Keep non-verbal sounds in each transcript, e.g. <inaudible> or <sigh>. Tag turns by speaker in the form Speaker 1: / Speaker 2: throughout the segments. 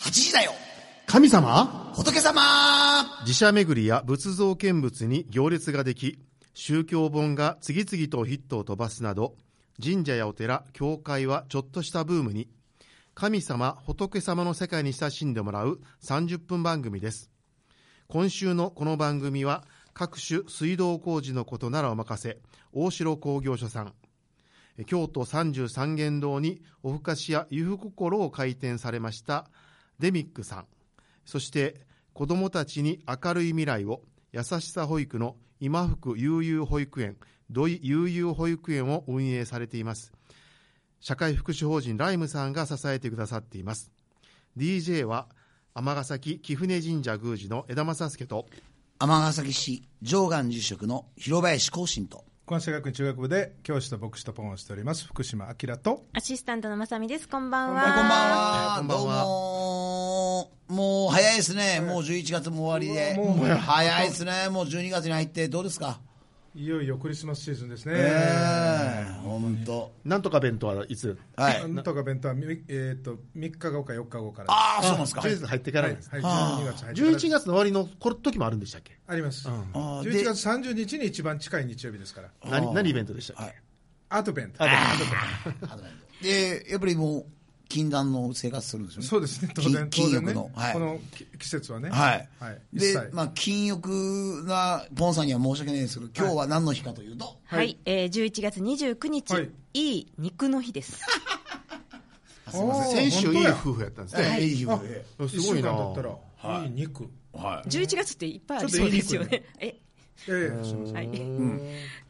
Speaker 1: 8時だよ
Speaker 2: 神様
Speaker 1: 仏様
Speaker 2: 寺社巡りや仏像見物に行列ができ宗教本が次々とヒットを飛ばすなど神社やお寺教会はちょっとしたブームに神様仏様の世界に親しんでもらう30分番組です今週のこの番組は各種水道工事のことならお任せ大城工業所さん京都三十三間堂におふかしやゆふ心を開店されましたデミックさんそして子どもたちに明るい未来を優しさ保育の今福悠々保育園土井悠々保育園を運営されています社会福祉法人ライムさんが支えてくださっています DJ は尼崎貴船神社宮司の枝正輔と
Speaker 1: 尼崎市上岸住職の広林光信と
Speaker 3: 関西学院中学部で教師と牧師とポンをしております福島明と
Speaker 4: アシスタントのまさみです。こんばんは。
Speaker 1: こんばんは
Speaker 2: こんばん
Speaker 1: ど
Speaker 2: は
Speaker 1: うももう早いですねもう11月も終わりで
Speaker 3: うわもう
Speaker 1: 早いですねもう12月に入ってどうですか
Speaker 3: いよいよクリスマスシーズンですね、
Speaker 1: ええ本当
Speaker 2: なんとか弁当はいつ
Speaker 1: はい
Speaker 3: なんとか弁当は、みえー、と3日後か4日後から
Speaker 1: ああそうなんですか
Speaker 2: とりあえず入っていか
Speaker 3: は
Speaker 2: ら
Speaker 3: い、
Speaker 2: な
Speaker 3: はいい
Speaker 2: です、、
Speaker 3: 12月入ってから
Speaker 2: 11月の終わりのこの時もあるんでしたっけ
Speaker 3: あります、
Speaker 1: あーで
Speaker 3: 11月30日に一番近い日曜日ですから
Speaker 2: 何何イベントでしたっけ、
Speaker 1: はい
Speaker 3: アドベント
Speaker 1: でやっぱりもう禁断の生活するんですよね
Speaker 3: そうですね当然
Speaker 1: 金
Speaker 3: 当
Speaker 1: 金
Speaker 3: 然
Speaker 1: 欲
Speaker 3: ね
Speaker 1: のはい
Speaker 3: このき季節はね
Speaker 1: はい、
Speaker 3: はい、
Speaker 1: で
Speaker 3: 一切、
Speaker 1: まあ、禁欲なポンさんには申し訳ないですけど今日は何の日かというと、
Speaker 4: はい、えー、11月29日、
Speaker 3: はい
Speaker 4: い、い肉の日です。
Speaker 3: あすいませ
Speaker 2: 先
Speaker 3: ん
Speaker 2: 週いい
Speaker 3: 本当や
Speaker 2: 夫婦やったんです
Speaker 1: は
Speaker 2: ね、
Speaker 1: い、いい日
Speaker 3: あ
Speaker 1: はえ
Speaker 2: すごいな
Speaker 3: 一週間だったら、い、い肉
Speaker 4: 11月っていっぱいありそうですよ
Speaker 3: ちょっ
Speaker 4: ね。え、
Speaker 3: ええすいません
Speaker 4: はい。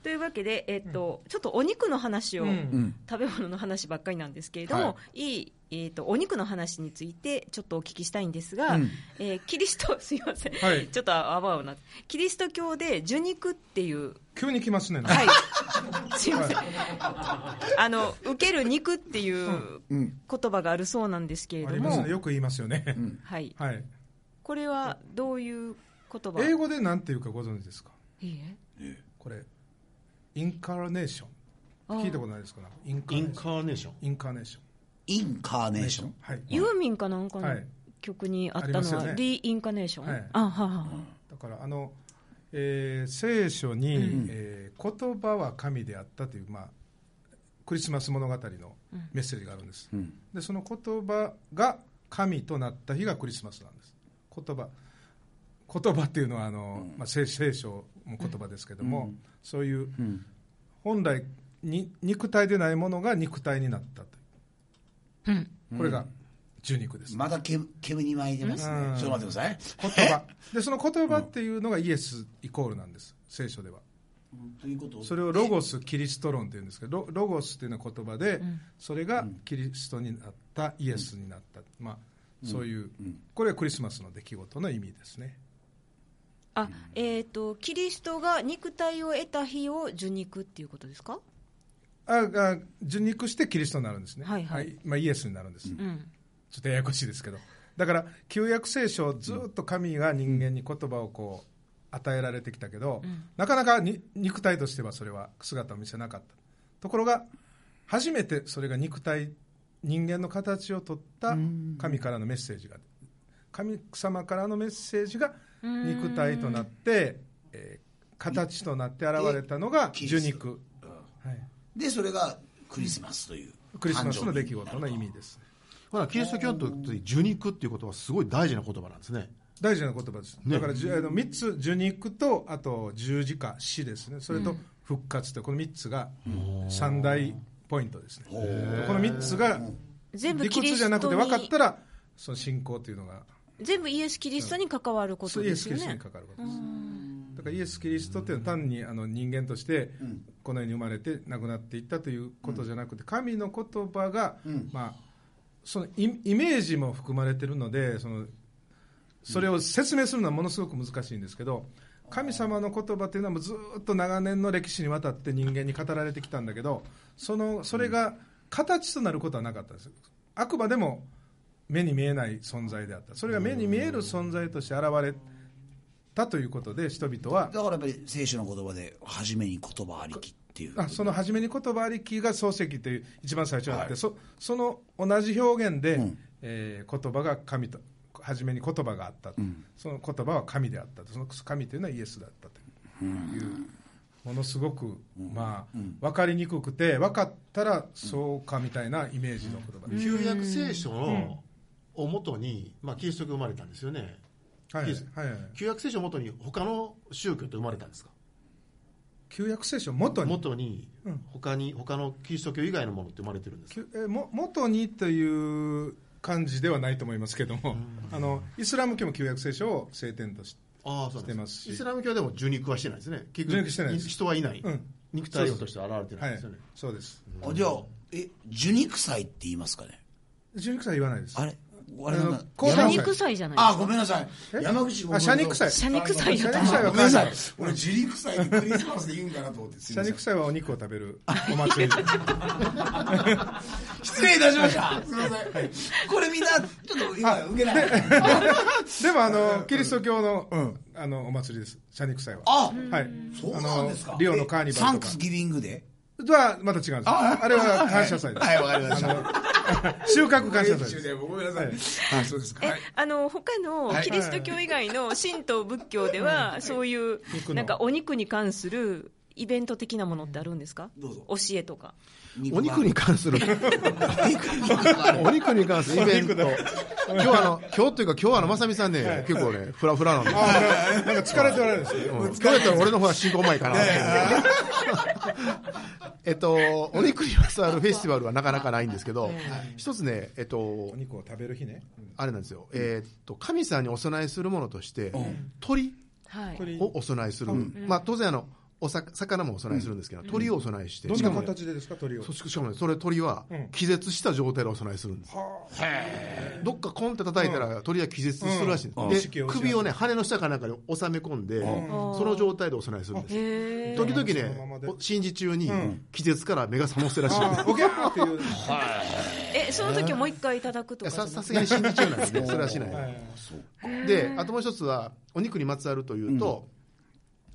Speaker 4: というわけで、えっと、ちょっとお肉の話を、
Speaker 3: うん
Speaker 4: 食べ物の話ばっかりなんですけれども、、
Speaker 1: はい
Speaker 4: いえー、とお肉の話についてちょっとお聞きしたいんですが、
Speaker 1: うん
Speaker 4: えーキリストすいません、
Speaker 3: はい
Speaker 4: ちょっとあわあわなキリスト教で受肉っていう
Speaker 3: 急に来ますね、
Speaker 4: は
Speaker 3: <laughs>
Speaker 4: い、すいません、あの受ける肉っていう言葉があるそうなんですけれ
Speaker 3: あ
Speaker 4: ど
Speaker 3: りま
Speaker 4: も、
Speaker 3: すねよく言いますよね、
Speaker 4: はい、
Speaker 3: はい
Speaker 4: これはどういう言葉
Speaker 3: 英語でなんていうかご存知ですか
Speaker 4: いいえ
Speaker 3: これインカーネーショ
Speaker 4: あ
Speaker 3: ン
Speaker 4: ー
Speaker 3: 聞いたことないですかインカ
Speaker 2: イ
Speaker 3: ーネ
Speaker 2: ン
Speaker 3: ーション
Speaker 2: カーネーション
Speaker 3: インカーネーション
Speaker 1: インカーネーション
Speaker 3: はい
Speaker 4: ユーミンかなんか
Speaker 3: は
Speaker 4: の
Speaker 3: い
Speaker 4: 曲にあっ
Speaker 3: あり
Speaker 4: た
Speaker 3: ます
Speaker 4: の
Speaker 3: よ
Speaker 4: は、
Speaker 3: ね
Speaker 4: リインカネーション、
Speaker 3: はい
Speaker 4: あはあは
Speaker 3: だからあの、えー聖書に、えー言葉は神であったという、まあ、クリスマス物語のメッセージがあるんです、でその言葉が神となった日がクリスマスなんです言葉言葉っていうのはあの、まあ、聖聖書も言葉ですけども、そういう、本来に肉体でないものが肉体になったと
Speaker 4: あうん
Speaker 3: いうこれが受肉です、
Speaker 1: まだけ煙に巻いてますね、
Speaker 3: うん
Speaker 1: ちょっと待ってください
Speaker 3: 言葉 <laughs> でその言葉っていうのがイエスイコールなんです聖書では
Speaker 1: ということを
Speaker 3: それをロゴス・キリスト論っていうんですけどロロゴスっていうのは言葉で、それがキリストになったイエスになった、まあ、そういう、これはクリスマスの出来事の意味ですね
Speaker 4: あえー、とキリストが肉体を得た日を受肉っていうことですか、
Speaker 3: ああ受肉してキリストになるんですね、
Speaker 4: はいはい
Speaker 3: まあ、イエスになるんです、ちょ
Speaker 4: うん、
Speaker 3: っとややこしいですけどだから旧約聖書ずっと神が人間に言葉をこう与えられてきたけど、なかなかに肉体としてはそれは姿を見せなかったところが初めてそれが肉体人間の形を取った神からのメッセージが神様からのメッセージが肉体となって、えー形となって現れたのが
Speaker 1: キリス
Speaker 3: 受
Speaker 1: ト
Speaker 3: 肉、はい、
Speaker 1: でそれがクリスマスという
Speaker 3: クリスマスの出来事の意味です
Speaker 2: ほらキリスト教徒にとって受肉っていうことはすごい大事な言葉なんですね
Speaker 3: 大事な言葉です、だからじゅあの3つ受肉とあと十字架死ですねそれと復活とこの3つが三大ポイントですねこの3つが
Speaker 4: 全部
Speaker 3: 理
Speaker 4: キリ
Speaker 3: 屈
Speaker 4: ス
Speaker 3: じ
Speaker 4: ト
Speaker 3: ゃなくて分かっ
Speaker 4: に
Speaker 3: たらその信仰というのが
Speaker 4: 全部イエス・キリストに関わること
Speaker 3: そうイエ
Speaker 4: で
Speaker 3: ス・キ
Speaker 4: すよ
Speaker 3: リスト
Speaker 4: ね
Speaker 3: にかかることですだからイエス・キリストっていうのは単にあの人間としてこの世に生まれて亡くなっていったということじゃなくて神の言葉が、まあ、そのイイメージも含まれてるのでそのそれを説明するのはものすごく難しいんですけど神様の言葉というのはもうずっと長年の歴史にわたって人間に語られてきたんだけどそのそれが形となることはなかったんですあくまでも目に見えない存在であったそれが目に見える存在として現れたということで人々は
Speaker 1: だからやっぱり聖書の言葉で初めに言葉ありきっていう
Speaker 3: あその初めに言葉ありきが漱石という一番最初にあって、そその同じ表現で、えー言葉が神と初めに言葉があったと、その言葉は神であったとその神というのはイエスだったという、ものすごく、まあ分かりにくくて分かったらそうかみたいなイメージの言葉です、
Speaker 5: 旧約聖書のをもとに、まあ、キリストが生まれたんですよね
Speaker 3: はい
Speaker 5: いいです
Speaker 3: はいはい、
Speaker 5: 旧約聖書をもとに他の宗教って生まれたんですか
Speaker 3: 旧約聖書を元に
Speaker 5: 元に
Speaker 3: うん
Speaker 5: 他に他のキリスト教以外のものって生まれてるんですか
Speaker 3: きゅえーも元にという感じではないと思いますけども、あのイスラム教も旧約聖書を聖典として、
Speaker 5: ああそう
Speaker 3: して
Speaker 5: なん
Speaker 3: ま
Speaker 5: ですす
Speaker 3: し
Speaker 5: イスラム教でも受肉はしてないですね結
Speaker 3: 受肉してないです
Speaker 5: 人はいない、
Speaker 3: うん
Speaker 5: 肉体として現れてな
Speaker 3: はい
Speaker 5: ん
Speaker 3: い
Speaker 5: ですよね、、
Speaker 3: そうです、
Speaker 1: あじゃあ、え、受肉祭って言いますかね。
Speaker 3: 受肉祭言わないです、
Speaker 1: あれあれ
Speaker 3: あの
Speaker 1: なんだ
Speaker 3: 高山
Speaker 1: 山口
Speaker 6: 社肉祭じゃない
Speaker 1: あ、ごめんなさい。山口
Speaker 3: あ謝肉祭、
Speaker 6: 社肉祭や
Speaker 3: 社
Speaker 6: っ
Speaker 3: 肉祭
Speaker 6: た
Speaker 3: は
Speaker 1: ごめんなさい
Speaker 3: 関西。
Speaker 1: 俺、受肉祭ってクリスマスで言うんかなと思って。すい
Speaker 3: 社
Speaker 1: ません
Speaker 3: 肉祭はお肉を食べるお祭り、
Speaker 1: 失礼いたしました。すみません。これみんな、ちょっと今、受けない。
Speaker 3: でも
Speaker 1: <laughs>
Speaker 3: あのキリスト教の,、あのお祭りです、社肉祭は。
Speaker 1: あ
Speaker 3: はい、
Speaker 1: そうなんですか
Speaker 3: あ。のリオのカーニ
Speaker 1: え
Speaker 3: バ
Speaker 1: サ
Speaker 3: ル
Speaker 1: ンク
Speaker 3: とか
Speaker 1: スギビングで。
Speaker 3: とはまた違うんですあれは感謝祭です、
Speaker 1: はい、わかりました。
Speaker 3: <laughs> 収穫感謝祭です
Speaker 1: でごめんなさい。はい、そうですか。
Speaker 4: え
Speaker 1: はい
Speaker 4: あの他のキリスト教以外の神道仏教ではそういう
Speaker 3: 肉の
Speaker 4: なんかお肉に関するイベント的なものってあるんですか
Speaker 1: どうぞ
Speaker 4: 教えとか
Speaker 2: お肉に関
Speaker 5: <laughs>
Speaker 2: する、お肉に関するイベント、今日あの今日というか、今日はあのまさみさんね、結構ね、ふらふらなんで、
Speaker 3: あなんか疲れておられるんですよ、
Speaker 2: うん今日やったら俺の方が進行前かな。 <laughs> えっと、お肉にまつわるフェスティバルはなかなかないんですけど、一つね、えっと
Speaker 3: お、肉を食べる日ね、うん
Speaker 2: あれなんですよ、えっと、神さんにお供えするものとして、鳥
Speaker 6: はい
Speaker 3: 鳥
Speaker 2: をお供えする、まあ、当然あのおさ魚もお供えするんですけど、鳥をお供えして、
Speaker 3: どん
Speaker 2: し
Speaker 3: な
Speaker 2: かもね
Speaker 3: 形でですか、鳥を。
Speaker 2: そうしかもねそれ鳥は
Speaker 3: うん
Speaker 2: 気絶した状態でお供えするんです、どっかコンって叩いたら鳥は気絶するらしいん
Speaker 3: うん
Speaker 2: です、
Speaker 3: う
Speaker 2: で
Speaker 3: ん
Speaker 2: 首をね羽の下かなんかに収め込んで、その状態でお供えするんです、
Speaker 4: へ
Speaker 2: 時々
Speaker 3: そのまま
Speaker 2: ね
Speaker 3: で
Speaker 2: お神事中に気絶から目が覚ませらしいんです
Speaker 3: あーおぎゃーっていう、
Speaker 4: えその時はもう一回いただく
Speaker 2: い
Speaker 4: と
Speaker 2: や
Speaker 4: かじゃ
Speaker 2: さ
Speaker 4: なくて
Speaker 2: さすがに神事中なんでそれはしない、
Speaker 3: はい
Speaker 2: であともう一つはお肉にまつわるというと、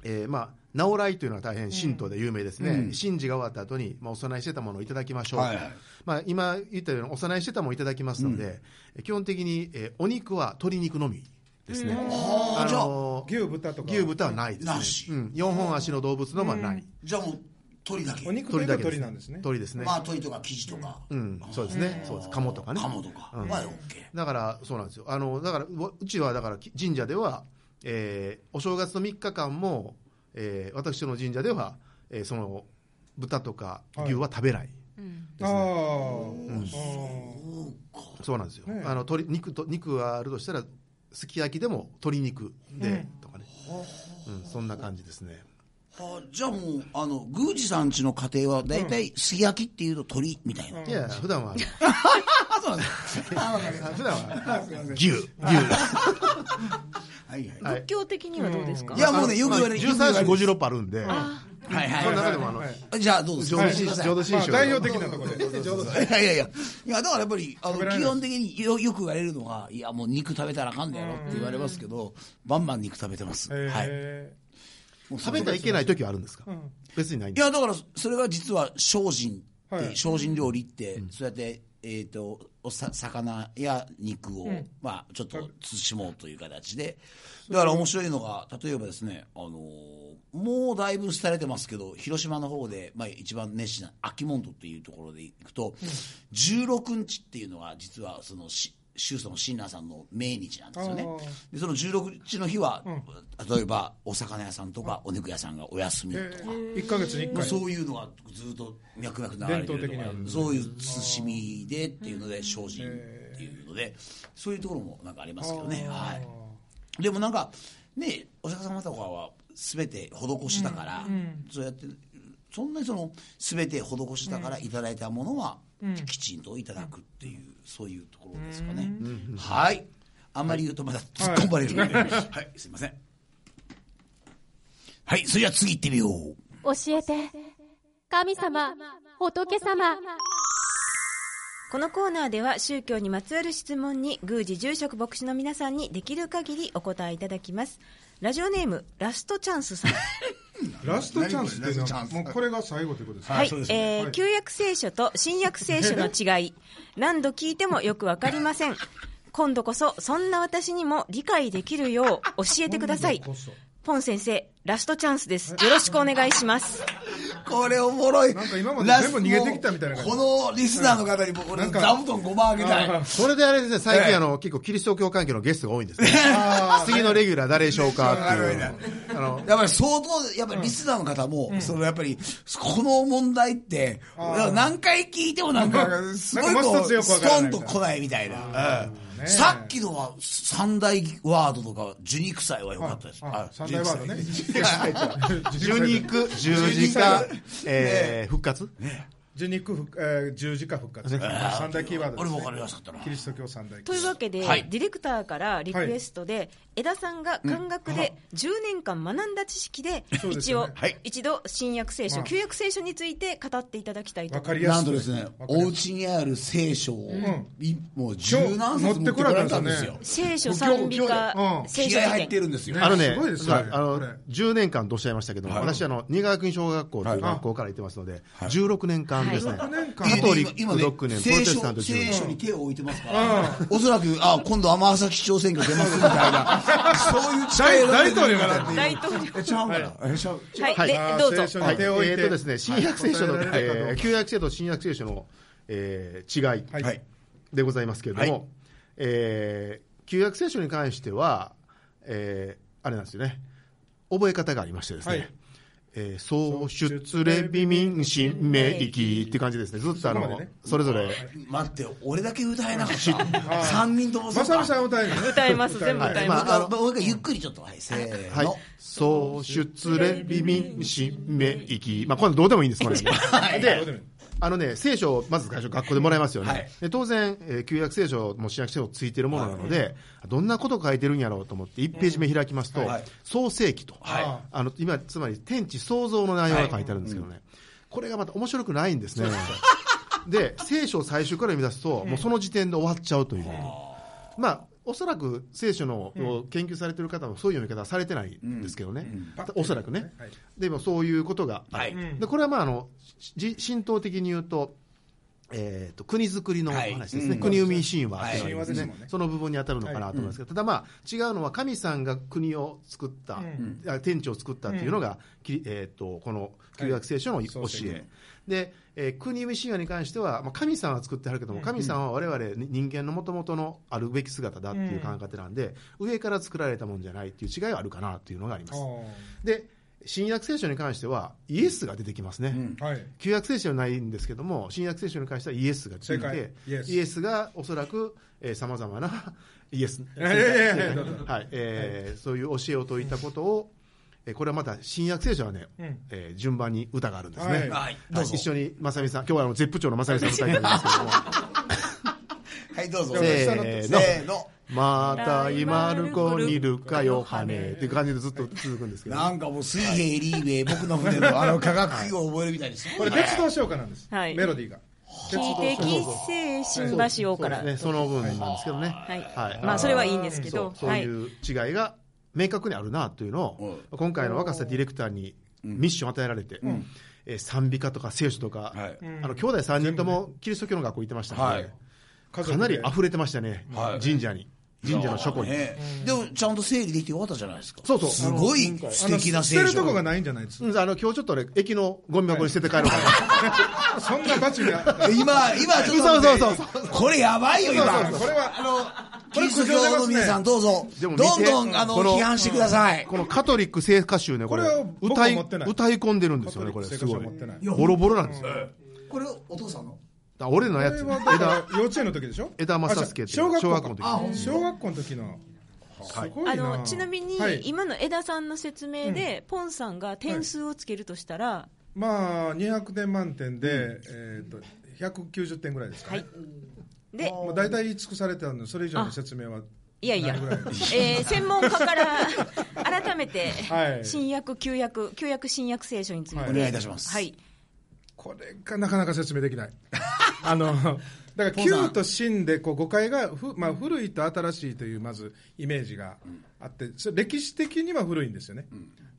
Speaker 2: えーまあ直来というのは大変神道で有名ですね、神事が終わった後にまあ、お供えしてたものをいただきましょう、
Speaker 1: はいはい
Speaker 2: まあ、今言ったようにお供えしてたものをいただきますので、え基本的に、えーお肉は鶏肉のみですね、
Speaker 1: あーじゃあ、
Speaker 2: のー
Speaker 3: 牛豚とか、
Speaker 2: 牛豚はないですね
Speaker 1: なし
Speaker 2: うん、4本足の動物のはない、
Speaker 1: じゃあもう、鳥だけ
Speaker 3: お。肉と
Speaker 2: 鳥
Speaker 3: いうと
Speaker 2: だけ
Speaker 3: 鳥なんですね。
Speaker 2: 鳥ですね、
Speaker 1: まあ、鳥とか生地とか、
Speaker 2: うん、そうですね、そうです鴨とかね
Speaker 1: 鴨とか。
Speaker 2: うん
Speaker 1: まあ、オッケ
Speaker 2: だからそうなんですよあのだからううちはだからき神社では、えーお正月の3日間も、えー私の神社では、えーその豚とか牛は食べない、
Speaker 3: ああ
Speaker 2: そうなんですよ、
Speaker 3: ねえ
Speaker 2: あの鶏肉と肉があるとしたらすき焼きでも鶏肉で、とかね、うん、そんな感じですね
Speaker 1: ー。はあじゃあもう、あの、宮司さんちの家庭は、大体、すき焼きっていうと鳥みたいな。
Speaker 2: いや普段はあの
Speaker 1: あ、 <laughs> そうなん
Speaker 2: <laughs>
Speaker 1: ですね。あ、わかりま
Speaker 2: あ
Speaker 1: し
Speaker 2: 普段は
Speaker 1: た。あすいません
Speaker 2: 牛牛
Speaker 1: はいはい。
Speaker 2: はい
Speaker 4: 仏教的にはどうですか
Speaker 1: いや、もうね、よく言われる。
Speaker 2: 13種56あるんで
Speaker 1: 種。はいはい
Speaker 2: その中でもあの、
Speaker 3: はい
Speaker 1: じゃあどうぞ。
Speaker 2: 浄土真
Speaker 1: はい
Speaker 2: 浄土真
Speaker 3: まあ
Speaker 2: 宗
Speaker 3: 代表的なところで。
Speaker 1: <laughs> いやいやいや。いや、だからやっぱり、あの
Speaker 3: 喋ら、ない
Speaker 1: 基本的によよく言われるのが、いや、もう肉食べたらあかんだやろって言われますけど、バンバン肉食べてます。はい。
Speaker 3: え
Speaker 1: もう
Speaker 2: 食べてはいけない時はあるんですか、別にないん
Speaker 1: い
Speaker 2: ですか
Speaker 1: や、だから、それが実は精進って、
Speaker 3: はい
Speaker 1: 精進料理って、そうやって、えっ、と、おさ魚や肉を、まあ、ちょっと慎もうという形で、だから面白いのが、例えばですね、あのーもうだいぶ廃れてますけど、広島の方で、まあ、一番熱心な秋元っていうところで行くと、16日っていうのが、実は、その、し周祖の親鸞さんの命日なんですよね
Speaker 3: あ。
Speaker 1: で、その16日の日は、例えば、お魚屋さんとか、お肉屋さんがお休みとか、
Speaker 3: え一ヶ月に一
Speaker 1: まあ、
Speaker 3: 回。
Speaker 1: そういうのがずっと脈々流れてると
Speaker 3: 伝統的にあるん
Speaker 1: か
Speaker 3: だ
Speaker 1: そういう慎みでっていうので精進っていうのでそういうところもなんかありますけどね、はい、でもなんかねお釈迦様とかは全て施しだから、そうやってそんなにその全て施しだからいただいたものはきちんといただくっていう、そういうところですかね、はいあんまり言うとまだ突っ込まれるので、はいすいませんはいそれじゃあ次行ってみよう
Speaker 7: 教えて神様仏様
Speaker 4: このコーナーでは宗教にまつわる質問に宮司住職牧師の皆さんにできる限りお答えいただきますラジオネームラストチャンスさん
Speaker 3: ラストチャンス
Speaker 1: ラ
Speaker 3: で
Speaker 1: ストチャンス
Speaker 3: もうこれが最後ということですね
Speaker 4: はい
Speaker 1: そう、ですね
Speaker 4: えー旧約聖書と新約聖書の違い、何度聞いてもよくわかりません。今度こそ、そんな私にも理解できるよう教えてください
Speaker 3: 今度。こそ
Speaker 4: ポン先生、ラストチャンスです。よろしくお願いします。
Speaker 1: これおもろい
Speaker 3: なんか今まで全部逃げてきたみたいな感じ
Speaker 1: ラスもこのリスナーの方にも俺
Speaker 3: なんか
Speaker 1: 座布団5番あげたい
Speaker 2: それであれですね、最
Speaker 1: ええ
Speaker 2: 近あの、結構キリスト教関係のゲストが多いんですね。次のレギュラー誰でしょうかっていう。あ
Speaker 1: <laughs>
Speaker 2: の、
Speaker 1: やっぱり相当、やっぱりリスナーの方も、そのやっぱり、この問題って、何回聞いてもなんか、すごい
Speaker 3: なんかも
Speaker 1: こ
Speaker 3: う一つ
Speaker 1: う、
Speaker 3: よくわ
Speaker 1: ス
Speaker 3: から
Speaker 1: ポ
Speaker 3: ない
Speaker 1: ン
Speaker 3: みた
Speaker 1: と
Speaker 3: いな
Speaker 1: 来ないみたいな。うん
Speaker 3: ね
Speaker 1: さっきのは、三大ワードとか、受肉祭は良かったです。
Speaker 3: あ
Speaker 1: あ
Speaker 3: 三大ワードね。 <laughs>
Speaker 2: 十二区、十字架、えー、復活
Speaker 3: 十二区復、えー、十字架復活。三大キーワードです、ね。
Speaker 1: 俺も分かりやすかったな
Speaker 3: キリスト教三大キー
Speaker 4: と
Speaker 3: ワ
Speaker 4: い
Speaker 3: ー
Speaker 4: うわけで、
Speaker 1: はい
Speaker 4: ディレクターからリクエストで、江田さんが感覚で10年間学んだ知識で、
Speaker 3: そうです
Speaker 4: 一
Speaker 3: よ
Speaker 4: 応、
Speaker 3: ね
Speaker 1: はい
Speaker 4: 一度、新約聖書、
Speaker 3: はい
Speaker 4: 旧約聖書について語っていただきたい
Speaker 3: ド。
Speaker 4: と
Speaker 3: わかりや
Speaker 1: な
Speaker 3: す
Speaker 1: ん
Speaker 3: い。
Speaker 1: とですね、
Speaker 3: わかりや
Speaker 1: お
Speaker 3: すい
Speaker 1: 家にある聖書を
Speaker 3: ん、
Speaker 1: いもう十何冊持ってこられたんですよ。
Speaker 4: 聖書賛美歌
Speaker 3: 今日今、日
Speaker 4: 聖
Speaker 1: 気
Speaker 4: 書
Speaker 1: 合
Speaker 4: 辞
Speaker 1: 入って
Speaker 4: 典。
Speaker 1: るんですよ。
Speaker 2: あのね、
Speaker 3: すごいですね
Speaker 2: はいあの
Speaker 3: これ、
Speaker 2: 10年間とおっしゃいましたけども、私、あの、新川君小学校という学校から行ってますので、16年間ですね。
Speaker 3: 16年間
Speaker 2: カトリッ
Speaker 1: 今
Speaker 2: ク
Speaker 1: ね
Speaker 2: 6年、プロ
Speaker 1: 聖
Speaker 2: テスタ
Speaker 1: 書
Speaker 2: ント
Speaker 1: 聖
Speaker 2: 10年。
Speaker 1: 書に手を置いてますから、おそらく、あ、今度天崎市長選挙出ますみたいな、そういう力
Speaker 3: 大
Speaker 1: が
Speaker 3: 大統領かなっていう。
Speaker 4: 大統領。
Speaker 1: え、ちゃうから。え、ちゃう。
Speaker 4: はい、
Speaker 2: はい
Speaker 4: で
Speaker 3: あー、
Speaker 4: どう
Speaker 3: 聖
Speaker 4: ぞ
Speaker 3: 書。
Speaker 2: はい、え
Speaker 3: 手を置いて
Speaker 2: ーとですね、新約聖書の、
Speaker 3: はい答えられるかどうか
Speaker 2: えー旧約聖書と新約聖書の、えー違い
Speaker 3: はい
Speaker 2: でございますけれども、
Speaker 1: はい
Speaker 2: えー旧約聖書に関しては、えーあれなんですよね、覚え方がありましてですね、
Speaker 3: はい
Speaker 2: えー創出レビ民神明記って感じですね、ずっとあ
Speaker 3: そこま
Speaker 2: の、
Speaker 3: でね
Speaker 2: それぞれ、
Speaker 1: 待って、俺だけ歌えなかった。三人とも
Speaker 3: まさみさん
Speaker 1: ん。
Speaker 3: 歌えるのね。
Speaker 4: 歌います全部歌います
Speaker 1: まあ、あの、もう一回ゆっくりちょっと。はい、せー
Speaker 2: はい
Speaker 1: の。、
Speaker 2: 創出レビ民神明記、まあ、これどうでもいいんです、こ
Speaker 3: <laughs>
Speaker 2: れ。
Speaker 3: どうでもいい
Speaker 2: あのね、聖書をまず最初、学校でもらいますよね、
Speaker 1: はい
Speaker 2: で当然、えー旧約聖書も新約聖書もついてるものなので、どんなこと書いてるんやろうと思って、1ページ目開きますと、
Speaker 1: はい
Speaker 2: 創世記と、
Speaker 1: はい
Speaker 2: あの今、つまり天地創造の内容が書いてあるんですけどね、これがまた面白くないんですね。 <laughs> で、聖書を最初から読み出すと、もうその時点で終わっちゃうという。まあおそらく聖書のを研究されてる方もそういう読み方はされてないんですけどね、おそらくね、
Speaker 3: はい
Speaker 2: でもそういうことがある、
Speaker 1: はい
Speaker 2: でこれはまああのじ神道的に言うと,、えー、と国づくりのお話ですね、
Speaker 1: はいうん
Speaker 2: 国生み神話っていうの
Speaker 3: は
Speaker 2: がですね
Speaker 3: い神話ですもんね
Speaker 2: その部分に当たるのかなと思いますけど、ただまあ違うのは神さんが国を作った、
Speaker 3: ん
Speaker 2: あ天地を作ったっていうのが、きえー、とこの旧約聖書の教え、
Speaker 3: そうですね
Speaker 2: で、えー国生み神話に関しては、まあ、神様は作ってはるけども神様は我々に人間のもともとのあるべき姿だっていう考え方なんで、上から作られたもんじゃないっていう違いはあるかなっていうのがあります。で新約聖書に関してはイエスが出てきますね、
Speaker 1: ん
Speaker 3: あーはい。
Speaker 2: 旧約聖書はないんですけども新約聖書に関してはイエスが出てき
Speaker 3: 正解
Speaker 2: て
Speaker 3: イエス
Speaker 2: イエスがおそらくさまざまな <laughs> イエス
Speaker 3: いやいやいやどうぞ
Speaker 2: はいえーそういう教えを説いたことを、えーこれはまた新約聖書はね、
Speaker 3: うん
Speaker 2: えー順番に歌があるんですね、
Speaker 3: はい
Speaker 1: はい、どうぞ
Speaker 2: 一。緒にまさみさん今日はあの絶不調のまさみさん歌いたいんですけども
Speaker 1: はい、どうぞ。
Speaker 2: せ
Speaker 1: せ
Speaker 2: ーの
Speaker 1: ーの。
Speaker 2: また今ルコにルカヨハネっていう感じでずっと続くんですけど
Speaker 1: なんかもう、水平リーベ <laughs> イ、僕の船のあの科学記号を覚えるみたいです。
Speaker 3: これ鉄道唱歌なんです。
Speaker 4: はい
Speaker 3: メロディーが。鉄道
Speaker 4: 汽笛精神橋から。
Speaker 2: ね、その分なんですけどね、はいい
Speaker 4: まあそれはいいんですけ
Speaker 2: そ
Speaker 4: ど
Speaker 2: うそういう違いが明確にあるなというのを、今回の若狭ディレクターにミッションを与えられて、えー賛美歌とか聖書とか、
Speaker 1: はい
Speaker 2: あの兄弟3人ともキリスト教の学校行ってましたので、
Speaker 3: 家族で
Speaker 2: かなり溢れてましたね、
Speaker 1: はい
Speaker 2: 神社に、神社の書庫に。
Speaker 1: ねでも、ちゃんと整理できてよかったじゃないですか。
Speaker 2: そうそう
Speaker 1: すごい素敵な
Speaker 3: 捨て
Speaker 1: 聖
Speaker 3: ると
Speaker 1: 書
Speaker 3: こ。がないんじゃないですか。
Speaker 2: うんあの今日ちょっと俺、駅のゴミ箱に捨てて帰ろうかな、
Speaker 3: そんなバ <laughs> チが。
Speaker 1: 今、今ちょっと待って、これやばいよ、今。
Speaker 3: そうそうこれは
Speaker 1: あの、
Speaker 3: こ
Speaker 1: キ
Speaker 3: れ
Speaker 1: リスト教の皆さん、どうぞ。
Speaker 2: で
Speaker 1: ど
Speaker 2: も
Speaker 1: ん
Speaker 2: 見て
Speaker 1: どん、あの、
Speaker 2: この
Speaker 1: 批判してください。
Speaker 2: このカトリック聖歌集ね、これ
Speaker 3: これは、僕
Speaker 2: 歌い
Speaker 3: 持ってない
Speaker 2: 歌い込んでるんですよね、これ、すごい、ボロボロなんですよ、
Speaker 1: これ、お父さんの
Speaker 2: だ俺のや
Speaker 3: これ
Speaker 2: つ、
Speaker 3: はだ
Speaker 2: 枝
Speaker 3: から幼稚園の時でしょ
Speaker 2: 枝正介
Speaker 3: あ
Speaker 2: っ
Speaker 3: じ
Speaker 2: て
Speaker 3: ゃあ小
Speaker 2: 小
Speaker 3: 学
Speaker 2: 学
Speaker 3: 校
Speaker 2: 校
Speaker 3: の
Speaker 2: の
Speaker 3: 時
Speaker 2: 時
Speaker 3: 小学校の時のすご
Speaker 4: あ
Speaker 3: いな
Speaker 4: のちなみに、
Speaker 3: はい
Speaker 4: 今の江田さんの説明で、ポンさんが点数をつけるとしたら、
Speaker 3: まあ200点満点でえーと190点ぐらいですかね
Speaker 4: で
Speaker 3: もう大体言い尽くされてたのでそれ以上の説明はい
Speaker 4: やいや
Speaker 3: ないぐらい、
Speaker 4: えー専門家から改めて、
Speaker 3: はい
Speaker 4: 新約旧約旧約新約聖書について、
Speaker 3: は
Speaker 4: はいい
Speaker 1: お願いいたします。。
Speaker 3: これがなかなか説明できないあのだから旧と新でこう誤解がふ、まあ、古いと新しいというまずイメージがあってそれ歴史的には古いんですよね、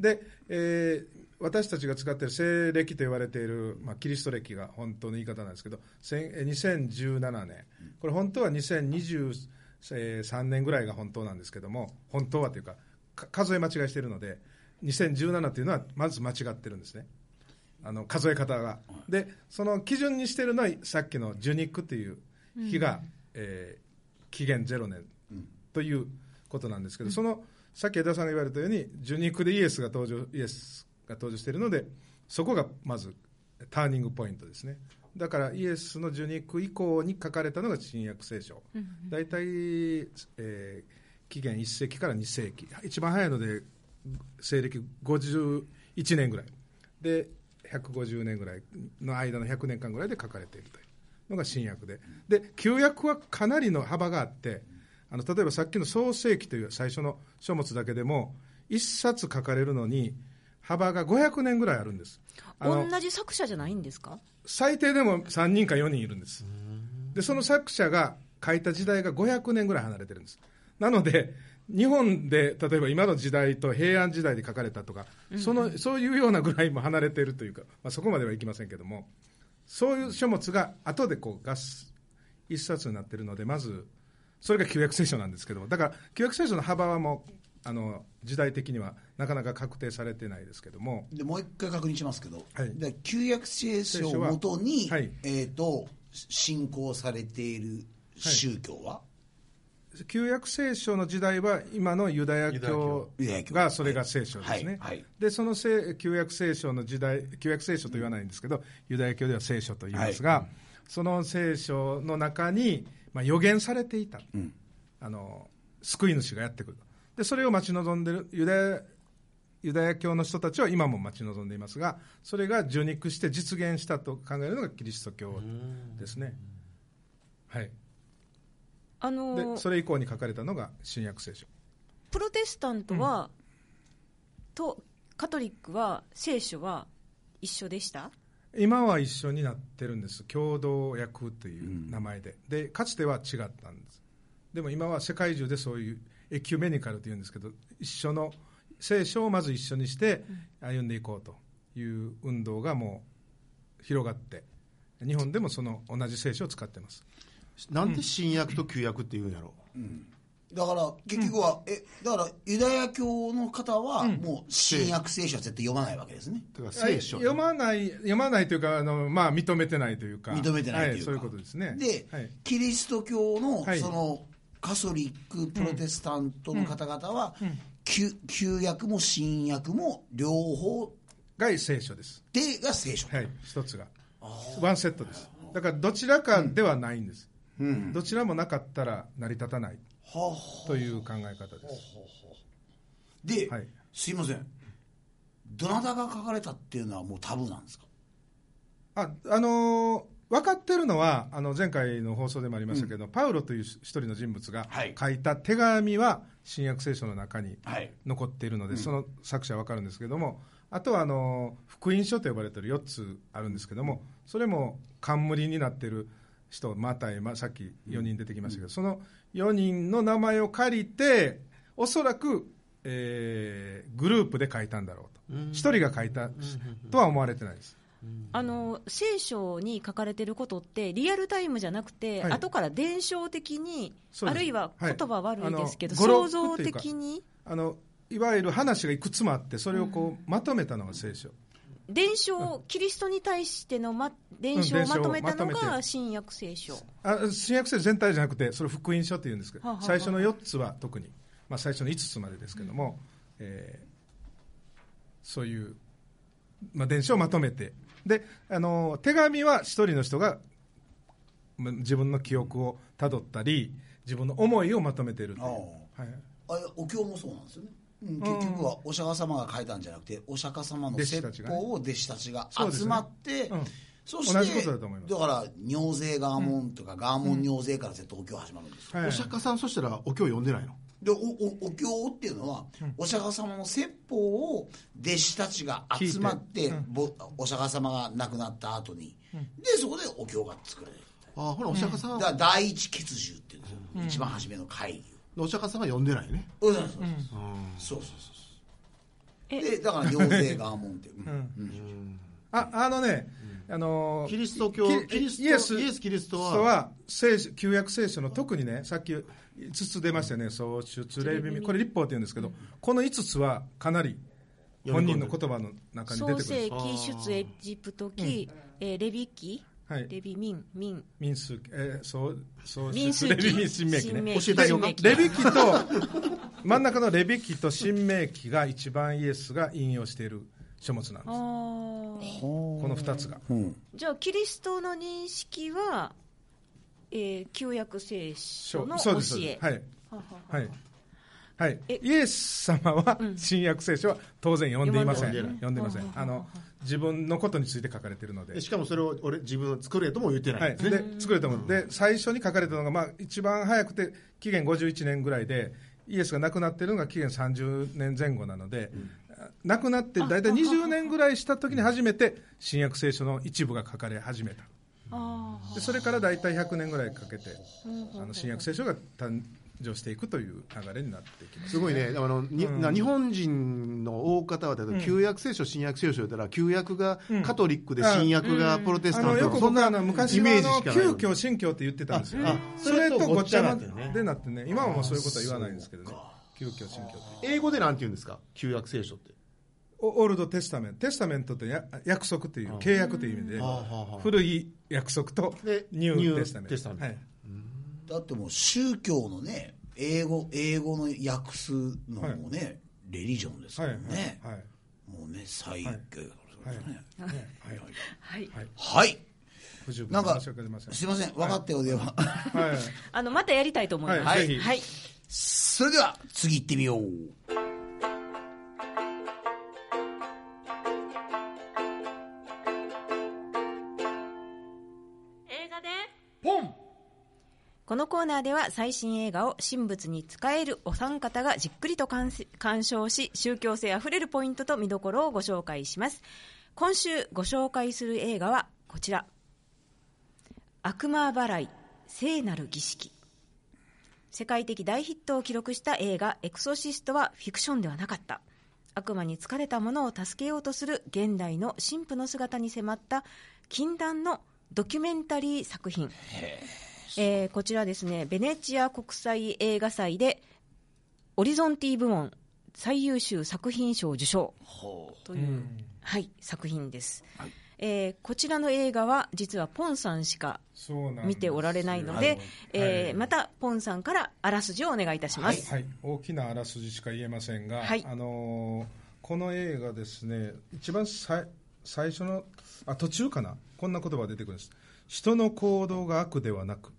Speaker 3: で、えー私たちが使っている西暦と言われている、まあ、キリスト暦が本当の言い方なんですけど、せんえ2017年、これ本当は2023年ぐらいが本当なんですけども、本当はというか、か数え間違いしているので、2017というのはまず間違ってるんですね。あの数え方が。で、その基準にしてるのは、さっきのジュニックという日が、えー期限ゼロ年ということなんですけど、そのさっき江田さんが言われたように、ジュニックでイエスが登場イエスが登場しているので、そこがまずターニングポイントですね。だからイエスのジュニック以降に書かれたのが新約聖書、大体、えー紀元1世紀から2世紀、一番早いので西暦51年ぐらいで150年ぐらいの間の100年間ぐらいで書かれているというのが新約でで旧約はかなりの幅があってあの例えばさっきの創世記という最初の書物だけでも一冊書かれるのに幅が500年ぐらいあるんですあの
Speaker 4: 同じ作者じゃないんですか
Speaker 3: 最低でも3人か4人いるんですでその作者が書いた時代が500年ぐらい離れてるんですなので日本で例えば今の時代と平安時代で書かれたとか、そのそういうようなぐらいも離れているというか、まあ、そこまではいきませんけどもそういう書物が後でこうガス一冊になっているのでまずそれが旧約聖書なんですけどもだから旧約聖書の幅はもうあの時代的にはなかなか確定されてないですけども
Speaker 1: でもう一回確認しますけど、
Speaker 3: はい
Speaker 1: で旧約聖書をもとに、
Speaker 3: 聖書ははい
Speaker 1: えー、と信仰されている宗教は、
Speaker 3: 旧約聖書の時代は今のユダヤ教
Speaker 1: ユダヤ教
Speaker 3: がそれが聖書ですね、
Speaker 1: はいはい
Speaker 3: でそのせ旧約聖書の時代旧約聖書と言わないんですけど、ユダヤ教では聖書と言いますが、その聖書の中に、まあ、予言されていた、あの救い主がやってくるでそれを待ち望んでるユダヤユダヤ教の人たちは今も待ち望んでいますがそれが受肉して実現したと考えるのがキリスト教ですね。はい
Speaker 4: あの
Speaker 3: で
Speaker 4: ー
Speaker 3: それ以降に書かれたのが新約聖書
Speaker 4: プロテスタントは、とカトリックは聖書は一緒でした
Speaker 3: 今は一緒になってるんです共同訳という名前で,、でかつては違ったんですでも今は世界中でそういうエキュメニカルというんですけど一緒の聖書をまず一緒にして歩んでいこうという運動がもう広がって日本でもその同じ聖書を使ってます
Speaker 2: なんで新約と旧約って言うんやろ
Speaker 1: だから結局は、えだからユダヤ教の方はもう新約聖書は絶対読まないわけですね、
Speaker 2: だから聖書
Speaker 3: 読まない読まないというかあの、まあ、認めてないというか
Speaker 1: 認めてないというか、
Speaker 3: はそういうことですね
Speaker 1: で、
Speaker 3: はい
Speaker 1: キリスト教の
Speaker 3: はい
Speaker 1: その、カソリックプロテスタントの方々は、旧旧約も新約も両方
Speaker 3: が聖書です
Speaker 1: でが聖書、
Speaker 3: はい、一つが。ワンセットです。だからどちらかではないんです。どちらもなかったら成り立たない
Speaker 1: は
Speaker 3: という考え方です。
Speaker 1: で、
Speaker 3: はい
Speaker 1: すいませんどなたが書かれたっていうのはもうタブーなんですか
Speaker 3: あ、あのー分かってるのは、あの、前回の放送でもありましたけど、パウロという一人の人物が
Speaker 1: はい
Speaker 3: 書いた手紙は、新約聖書の中に
Speaker 1: はい
Speaker 3: 残っているので、その作者は分かるんですけども、あとは、あのー福音書と呼ばれている4つあるんですけども、それも冠になっている人、マタイ、まさっき4人出てきましたけど、その4人の名前を借りて、おそらく、えーグループで書いたんだろうと。一人が書いたとは思われてないです。
Speaker 4: あの聖書に書かれてることってリアルタイムじゃなくて、
Speaker 3: はい
Speaker 4: 後から伝承的に
Speaker 3: そう
Speaker 4: あ
Speaker 3: です
Speaker 4: るいは言葉悪いですけど、
Speaker 3: はいあの
Speaker 4: 想像的に
Speaker 3: あのいわゆる話がいくつもあってそれをこうまとめたのが聖書、
Speaker 4: 伝承をキリストに対しての、ま、伝承を
Speaker 3: 伝承
Speaker 4: ま
Speaker 3: を
Speaker 4: とめたの
Speaker 3: まとめ
Speaker 4: が
Speaker 3: て
Speaker 4: 新約聖書、
Speaker 3: あ新約聖書全体じゃなくてそれ福音書っていうんですけど、
Speaker 4: はあはあはあ
Speaker 3: 最初の4つは特に、まあ、最初の5つまでですけども、えーそういう、まあ、伝承をまとめてであの手紙は一人の人がま自分の記憶をたどったり自分の思いをまとめているという、
Speaker 1: あ
Speaker 3: はい
Speaker 1: あれお経もそうなんですよね、うん、結局はお釈迦様が書いたんじゃなくてお釈迦様の
Speaker 3: 弟子
Speaker 1: 説
Speaker 3: たちがね
Speaker 1: 法を弟子たちが
Speaker 3: そうですね
Speaker 1: 集まって
Speaker 3: うん
Speaker 1: そして
Speaker 3: 同じことだと思います
Speaker 1: だから尿税が門とかが門尿税から絶対お経始まるんですよ、
Speaker 3: はい
Speaker 2: お釈迦さんそしたらお経読んでないの
Speaker 1: でおおお経っていうのは、お釈迦様の説法を弟子たちが集まって、ぼお釈迦様が亡くなった後に、でそこでお経が作られる
Speaker 2: ああほらお釈迦さん
Speaker 1: だ
Speaker 2: は
Speaker 1: から第一血獣っていうんですよ、一番初めの会議
Speaker 2: お釈迦さんは読んでないね
Speaker 1: を、そうそうそうそうそうそうそうそうでだから行政側もんって、うん
Speaker 3: うんああのね、あのー
Speaker 5: キリスト教
Speaker 3: キリ
Speaker 5: キリスト
Speaker 3: イエス
Speaker 5: イエスキリストは
Speaker 3: 人は聖書旧約聖書の特にねさっき5つ出ましたよね創出レビミこれ立法って言うんですけどこの5つはかなり本人の言葉の中に出て
Speaker 4: 創
Speaker 3: くるんで
Speaker 4: 世
Speaker 3: す
Speaker 4: 記出エジプト記、えーレビ記
Speaker 3: はい
Speaker 4: レビミンミン
Speaker 3: 民数記えーそうそう
Speaker 4: 民数
Speaker 3: レ
Speaker 4: 記
Speaker 3: ビミ <laughs> 新明記ね
Speaker 4: 明記
Speaker 5: 教えてあげようか
Speaker 4: 新明記
Speaker 3: レビ記と真ん中のレビ記と新明記が一番イエスが引用している書物なんで
Speaker 4: あ
Speaker 3: す
Speaker 4: ー
Speaker 3: この2つが
Speaker 1: うん、
Speaker 4: じゃあキリストの認識は、えー旧約聖書の教
Speaker 3: そうですそうで
Speaker 4: え
Speaker 3: すはい
Speaker 4: ははは
Speaker 3: はい。はい
Speaker 4: え、
Speaker 3: イエス様は新約聖書は当然読んでいません、
Speaker 5: 読んでない
Speaker 3: 読んでません、あの自分のことについて書かれているので
Speaker 5: で、しかもそれを俺自分の作れとも言ってな
Speaker 3: はいい、
Speaker 5: んですね、
Speaker 3: で作れたもので、最初に書かれたのが、まあ、一番早くて紀元51年ぐらいで、イエスが亡くなっているのが紀元30年前後なので、あ亡くなって大体20年ぐらいした時に初めて、新約聖書の一部が書かれ始めた、
Speaker 4: あー
Speaker 3: でそれから大体100年ぐらいかけて、あの新約聖書が誕生していくという流れになってきま
Speaker 5: す
Speaker 3: す。
Speaker 2: すごいね、あのにな日本人の大方は、例えば旧約聖書、新約聖書だったら、旧約がカトリックで、新約がプロテス
Speaker 3: あ
Speaker 2: タ
Speaker 3: の
Speaker 2: ント
Speaker 3: よ
Speaker 2: とか、
Speaker 3: く
Speaker 2: そん
Speaker 3: 僕
Speaker 2: な
Speaker 3: は
Speaker 2: イ
Speaker 3: あの
Speaker 2: メージ
Speaker 3: 昔
Speaker 2: しか
Speaker 3: は
Speaker 2: な
Speaker 3: あ
Speaker 2: い
Speaker 3: の
Speaker 2: の
Speaker 3: 旧教新教って言ってたんですよ
Speaker 5: あ
Speaker 3: ね
Speaker 5: あ
Speaker 3: それとごっちゃ
Speaker 5: それとごっちゃになってるね
Speaker 3: までなってね今はもうそういうことは言わないんですけどね旧教新教って
Speaker 5: 英語でなんて言うんですか旧約聖書って
Speaker 3: オオールドテスタメントテスタメントってや約束という契約という意味で
Speaker 5: あああ
Speaker 3: 古い約束と
Speaker 5: で
Speaker 3: ニュ
Speaker 5: ニュ
Speaker 3: ー
Speaker 5: ー
Speaker 3: テスタメント
Speaker 5: テスタメント
Speaker 3: はい
Speaker 1: だってもう宗教のね英語英語の訳すのもね、レリジョンですか
Speaker 3: はい
Speaker 1: らね、
Speaker 3: はいはい
Speaker 1: もうね最悪は
Speaker 3: はい
Speaker 1: い
Speaker 3: はいはい
Speaker 4: はい
Speaker 1: はい、
Speaker 3: 不十分
Speaker 1: なんか
Speaker 3: 申し訳ありません
Speaker 1: すいません分かったようでは、
Speaker 3: はい
Speaker 4: あのまたやりたいと思います、
Speaker 3: はい
Speaker 1: ぜひ
Speaker 4: はい
Speaker 1: それでは次行ってみよう
Speaker 4: このコーナーでは最新映画を神仏に仕えるお三方がじっくりと鑑せ鑑賞し宗教性あふれるポイントと見どころをご紹介します今週ご紹介する映画はこちら「悪魔払い聖なる儀式」世界的大ヒットを記録した映画「エクソシスト」はフィクションではなかった悪魔に疲れた者を助けようとする現代の神父の姿に迫った禁断のドキュメンタリー作品えーこちらですねベネチア国際映画祭でオリゾンティ部門最優秀作品賞受賞という、はい、作品です、えーこちらの映画は実はポンさんしか
Speaker 3: そうなんです
Speaker 4: 見ておられないので、えーまたポンさんからあらすじをお願いいたします、
Speaker 3: はい、大きなあらすじしか言えませんが、
Speaker 4: はい
Speaker 3: あのーこの映画ですね、一番さい最初のあ、途中かな、こんな言葉が出てくるんです、人の行動が悪ではなく、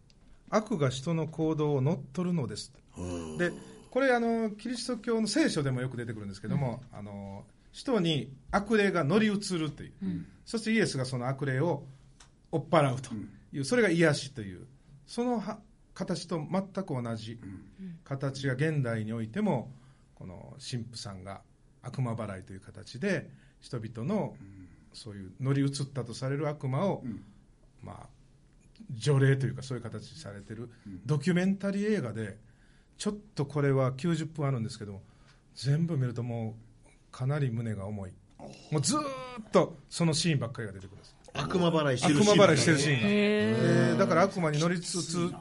Speaker 3: 悪が人の行動を乗っ取るのです。でこれあのキリスト教の聖書でもよく出てくるんですけども、あの人に悪霊が乗り移るという、そしてイエスがその悪霊を追っ払うという、それが癒しというそのは形と全く同じ形が現代においてもこの神父さんが悪魔払いという形で人々のそういう乗り移ったとされる悪魔を、まあ除霊というかそういう形にされてるドキュメンタリー映画でちょっとこれは90分あるんですけども全部見るともうかなり胸が重いもうずーっとそのシーンばっかりが出てくるんです
Speaker 5: 悪魔払いして
Speaker 3: 悪
Speaker 5: るシーン
Speaker 3: 魔払いしてるシーンが、えーだから悪魔に乗り移っ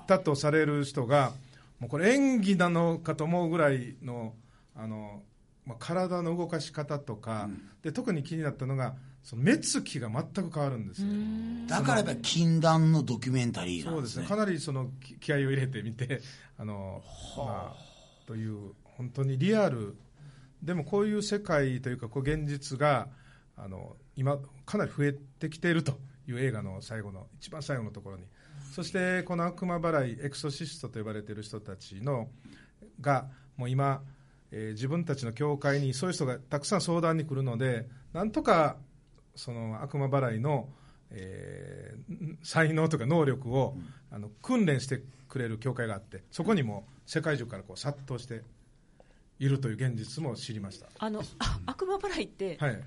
Speaker 3: たとされる人がもうこれ演技なのかと思うぐらいのあの、まあ、体の動かし方とか、で特に気になったのがその目つきが全く変わるんですよ
Speaker 1: だからやっぱり禁断のドキュメンタリーな
Speaker 3: そう
Speaker 1: で
Speaker 3: んです
Speaker 1: す
Speaker 3: ね、
Speaker 1: ね
Speaker 3: かなりそのき気合を入れてみて、 <laughs> あのまあ、という、本当にリアル、でもこういう世界というか、こう現実があの今、かなり増えてきているという映画の最後の、一番最後のところに、そしてこの悪魔払い、エクソシストと呼ばれている人たちのが、もう今、えー自分たちの教会にそういう人がたくさん相談に来るので、なんとかその悪魔払いの、えーん才能とか能力を、あの訓練してくれる教会があってそこにも世界中からこう殺到しているという現実も知りました、
Speaker 4: あのあ悪魔払いって、
Speaker 3: はい、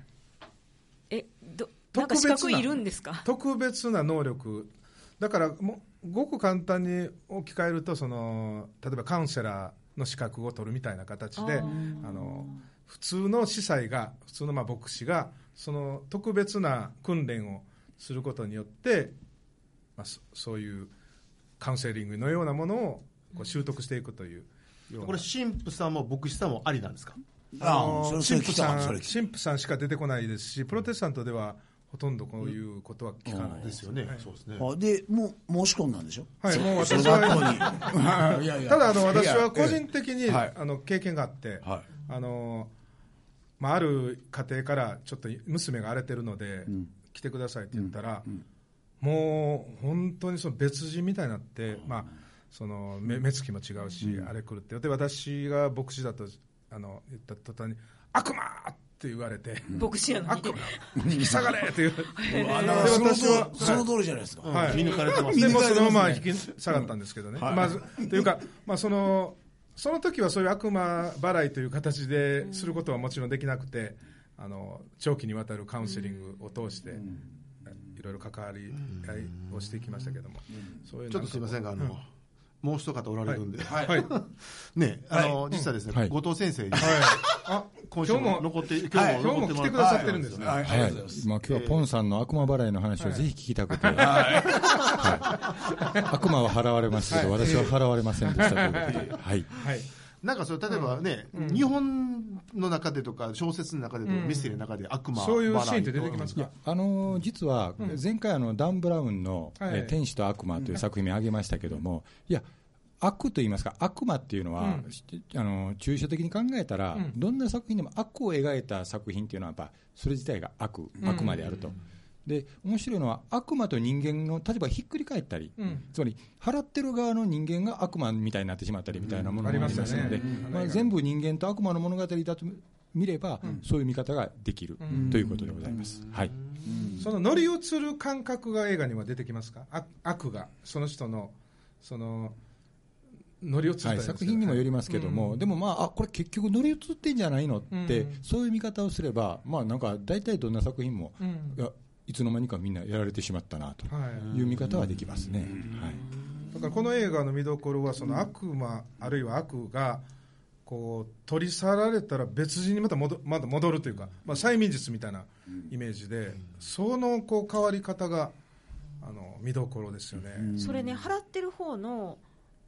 Speaker 4: えどなんか資格いるんですか
Speaker 3: 特別な能力だからもうごく簡単に置き換えるとその例えばカウンセラーの資格を取るみたいな形であの普通の司祭が普通のまあ牧師がその特別な訓練をすることによって、まあ、そそういうカウンセリングのようなものをこう習得していくというような
Speaker 5: これ神父さんも牧師さんもありなんですか
Speaker 1: あ
Speaker 3: の
Speaker 1: それそれ
Speaker 3: 神
Speaker 1: 聞
Speaker 3: 父
Speaker 1: いた
Speaker 3: さ
Speaker 1: わ
Speaker 3: ん
Speaker 1: それ
Speaker 3: 神
Speaker 1: 聞い
Speaker 3: 父さんしか出てこないですしプロテスタントではほとんどこういうことは聞かない
Speaker 5: ですよね、そうですね
Speaker 1: たあでもう申し込んだんでしょ
Speaker 3: はいもう
Speaker 1: その
Speaker 3: 私
Speaker 1: 学校
Speaker 3: は
Speaker 1: にはいいやいや
Speaker 3: ただあの
Speaker 1: いやい
Speaker 3: 私
Speaker 1: や
Speaker 3: は個人的
Speaker 1: え
Speaker 3: に
Speaker 1: えはい
Speaker 3: あの経験があって、
Speaker 1: は
Speaker 3: あのまあ、ある家庭からちょっと娘が荒れてるので、来てくださいって言ったら、もう本当にその別人みたいになって、まあ、その目目つきも違うし、あれ来るってで私が牧師だとあの言った途端に「悪魔!」って言われて
Speaker 4: 牧師や
Speaker 3: 「
Speaker 4: のに
Speaker 3: 悪魔引き下がれ!」って
Speaker 1: <laughs>
Speaker 3: 言う
Speaker 1: いあ
Speaker 3: で
Speaker 1: だからその
Speaker 3: 私は
Speaker 1: その通りじゃないですか、
Speaker 3: はい
Speaker 5: 見抜かれてます
Speaker 3: で
Speaker 5: ね
Speaker 3: もうそのまま引き下がったんですけどね。まずというか、まあ、そのその時はそういう悪魔払いという形ですることはもちろんできなくて、あの長期にわたるカウンセリングを通して、いろいろ関わり合いをしていきましたけども、そういう
Speaker 2: ちょっとすみませんが、あの、もう一方おられるんで、
Speaker 3: はい、はい、
Speaker 2: ね、あの、実はですね、
Speaker 6: はい
Speaker 2: 後藤先生に、
Speaker 3: あ今
Speaker 5: 今
Speaker 3: 日
Speaker 5: 週も
Speaker 3: も
Speaker 5: 残って今日も
Speaker 3: 今日
Speaker 5: 残
Speaker 3: も
Speaker 5: って
Speaker 3: 来
Speaker 5: も
Speaker 3: て
Speaker 5: ら
Speaker 3: くださってるんですね。
Speaker 1: はい、ありがとうございます、
Speaker 6: まあ、今日はポンさんの悪魔払いの話をぜひ聞きたくて、はい悪魔は払われますけど、私は払われませんでしたということで、はい、
Speaker 3: はい
Speaker 2: なんかそれ、例えばね、日本の中でとか、小説の中でとか、ミステリーの中で悪魔払いとか
Speaker 3: そういうシーンって出てきますか
Speaker 6: あのー実は前回あの、ダン・ブラウンの、
Speaker 3: はい
Speaker 6: えー天使と悪魔」という作品を挙げましたけども、いや、悪と言いますか、悪魔っていうのは、あのー抽象的に考えたら、どんな作品でも悪を描いた作品っていうのは、やっぱそれ自体が悪、悪魔であると。で面白いのは悪魔と人間の立場をひっくり返ったり、つまり払ってる側の人間が悪魔みたいになってしまったりみたいなものもあ
Speaker 3: うん
Speaker 6: り
Speaker 3: あ
Speaker 6: ま
Speaker 3: り
Speaker 6: す
Speaker 3: ま
Speaker 6: の
Speaker 3: すよね
Speaker 6: で、
Speaker 3: うん
Speaker 6: まあ、全部人間と悪魔の物語だと見れば、そういう見方ができるということでございます。はい
Speaker 3: その乗り移る感覚が映画には出てきますか、あ悪が、その人の、その、乗り移った
Speaker 6: は
Speaker 3: り
Speaker 6: い、
Speaker 3: ですね
Speaker 6: 作品にもよりますけども、でもまあ、あこれ結局乗り移ってんじゃないのって、
Speaker 3: うん
Speaker 6: そういう見方をすれば、まあなんか大体どんな作品も、いやいつの間にかみんなやられてしまったなと
Speaker 3: はい
Speaker 6: いう見方はできますね。はい
Speaker 3: だからこの映画の見どころはその悪魔、あるいは悪がこう取り去られたら別人にまた戻また戻るというか、まあ、催眠術みたいなイメージで、そのこう変わり方があの見どころですよね。
Speaker 4: それね払ってる方の、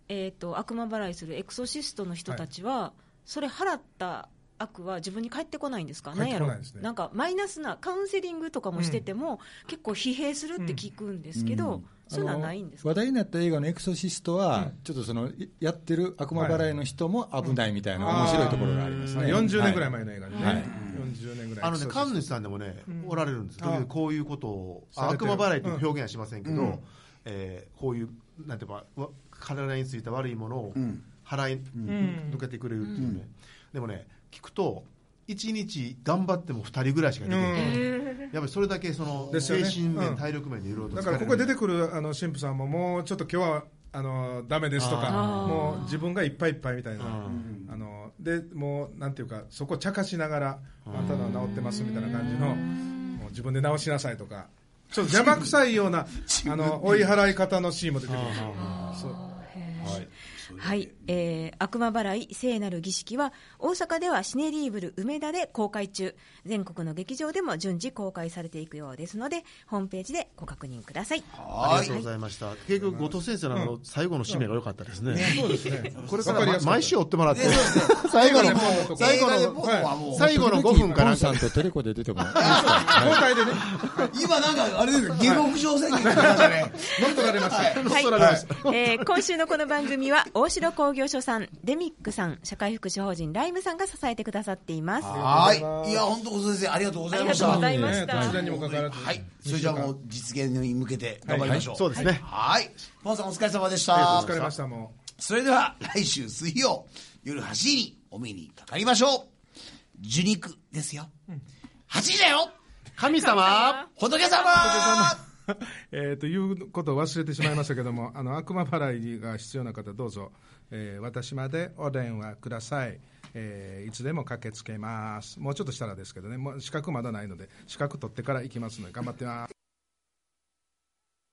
Speaker 4: えー、と悪魔払いするエクソシストの人たちは、それ払った悪は自分に返ってこないんですか、
Speaker 3: 返っ
Speaker 4: ん
Speaker 3: て
Speaker 4: や
Speaker 3: こ
Speaker 4: ろ
Speaker 3: ないですね
Speaker 4: なんかマイナスなカウンセリングとかもしてても、結構疲弊するって聞くんですけど、そういうのはないんですか、
Speaker 6: 話題になった映画の「エクソシストは」ちょっとそのやってる悪魔払いの人も危ないみたいな面白いところがありますね。
Speaker 3: 40年ぐらい
Speaker 6: は
Speaker 3: 前の映画でね、
Speaker 6: はい
Speaker 3: 40年ぐらい
Speaker 2: あのね、神主さんでもね、おられるんですよ、
Speaker 3: あ
Speaker 2: 時々こういうことを、
Speaker 3: さ
Speaker 2: あ
Speaker 3: れて
Speaker 2: 悪
Speaker 3: る
Speaker 2: 魔払いという表現はしませんけど、えーこういう、なんていうか、わ体についた悪いものを払い、抜けてくれるっていうね、でもね、聞くと、1日頑張っても2人ぐらいしか出てない、やっぱりそれだけその、
Speaker 3: ですよ
Speaker 2: 精神
Speaker 3: ね
Speaker 2: 面、
Speaker 3: うん
Speaker 2: 体力面でいろいろと
Speaker 3: だ
Speaker 2: 疲
Speaker 3: から
Speaker 2: れ
Speaker 3: こ
Speaker 2: る
Speaker 3: こで出てくるあの神父さんももうちょっと今日はあのダメですとかもう自分がいっぱいいっぱいみたいなあのでもうなんていうかそこ茶化しながらあんたのは治ってますみたいな感じのもう自分で治しなさいとかちょっと邪魔くさいようなあの追い払い方のシーンも出てくるそう
Speaker 4: はいえー悪魔払い聖なる儀式は大阪ではシネリーブル梅田で公開中全国の劇場でも順次公開されていくようですのでホームページでご確認ください
Speaker 2: ありがとうございました、結局、後藤先生のあの最後の締めが良かったですね、
Speaker 3: そうですね
Speaker 2: これか
Speaker 3: わ
Speaker 2: ら
Speaker 3: りや
Speaker 2: ます
Speaker 3: かった
Speaker 2: 毎週追ってもらって、
Speaker 1: 最
Speaker 2: 最後
Speaker 1: 後
Speaker 2: の
Speaker 1: の
Speaker 3: もう
Speaker 2: 最
Speaker 1: 最
Speaker 2: 後
Speaker 1: 後
Speaker 2: の
Speaker 1: の僕はもう、
Speaker 2: 最後の5分か
Speaker 6: ポ
Speaker 2: ら
Speaker 6: ンさんとテレコで出てもらっていいですかはい
Speaker 3: 交代でね
Speaker 1: 今なんかあれですよ下克上宣言してましたね
Speaker 3: 乗っ取られました
Speaker 4: はい、えー今週のこの番組は大城工業所さん、デミックさん、社会福祉法人ライムさんが支えてくださっています。
Speaker 1: はいいや本当ご先生ありがとうございました
Speaker 4: ありがとうございました
Speaker 3: ね突然にもかかわらず
Speaker 1: はいそれじゃあもう実現に向けて頑張りましょう、
Speaker 2: そうですね
Speaker 1: はいポンさんお疲れ様でした
Speaker 3: お疲れましたもう
Speaker 1: それでは来週水曜夜8時にお目にかかりましょう受肉ですよ、8時だよ
Speaker 2: 神様
Speaker 1: <laughs> 仏様
Speaker 3: <laughs> えー、ということを忘れてしまいましたけどもあの悪魔払いが必要な方どうぞ、えー私までお電話ください、えーいつでも駆けつけますもうちょっとしたらですけどねもう資格まだないので資格取ってから行きますので頑張ってます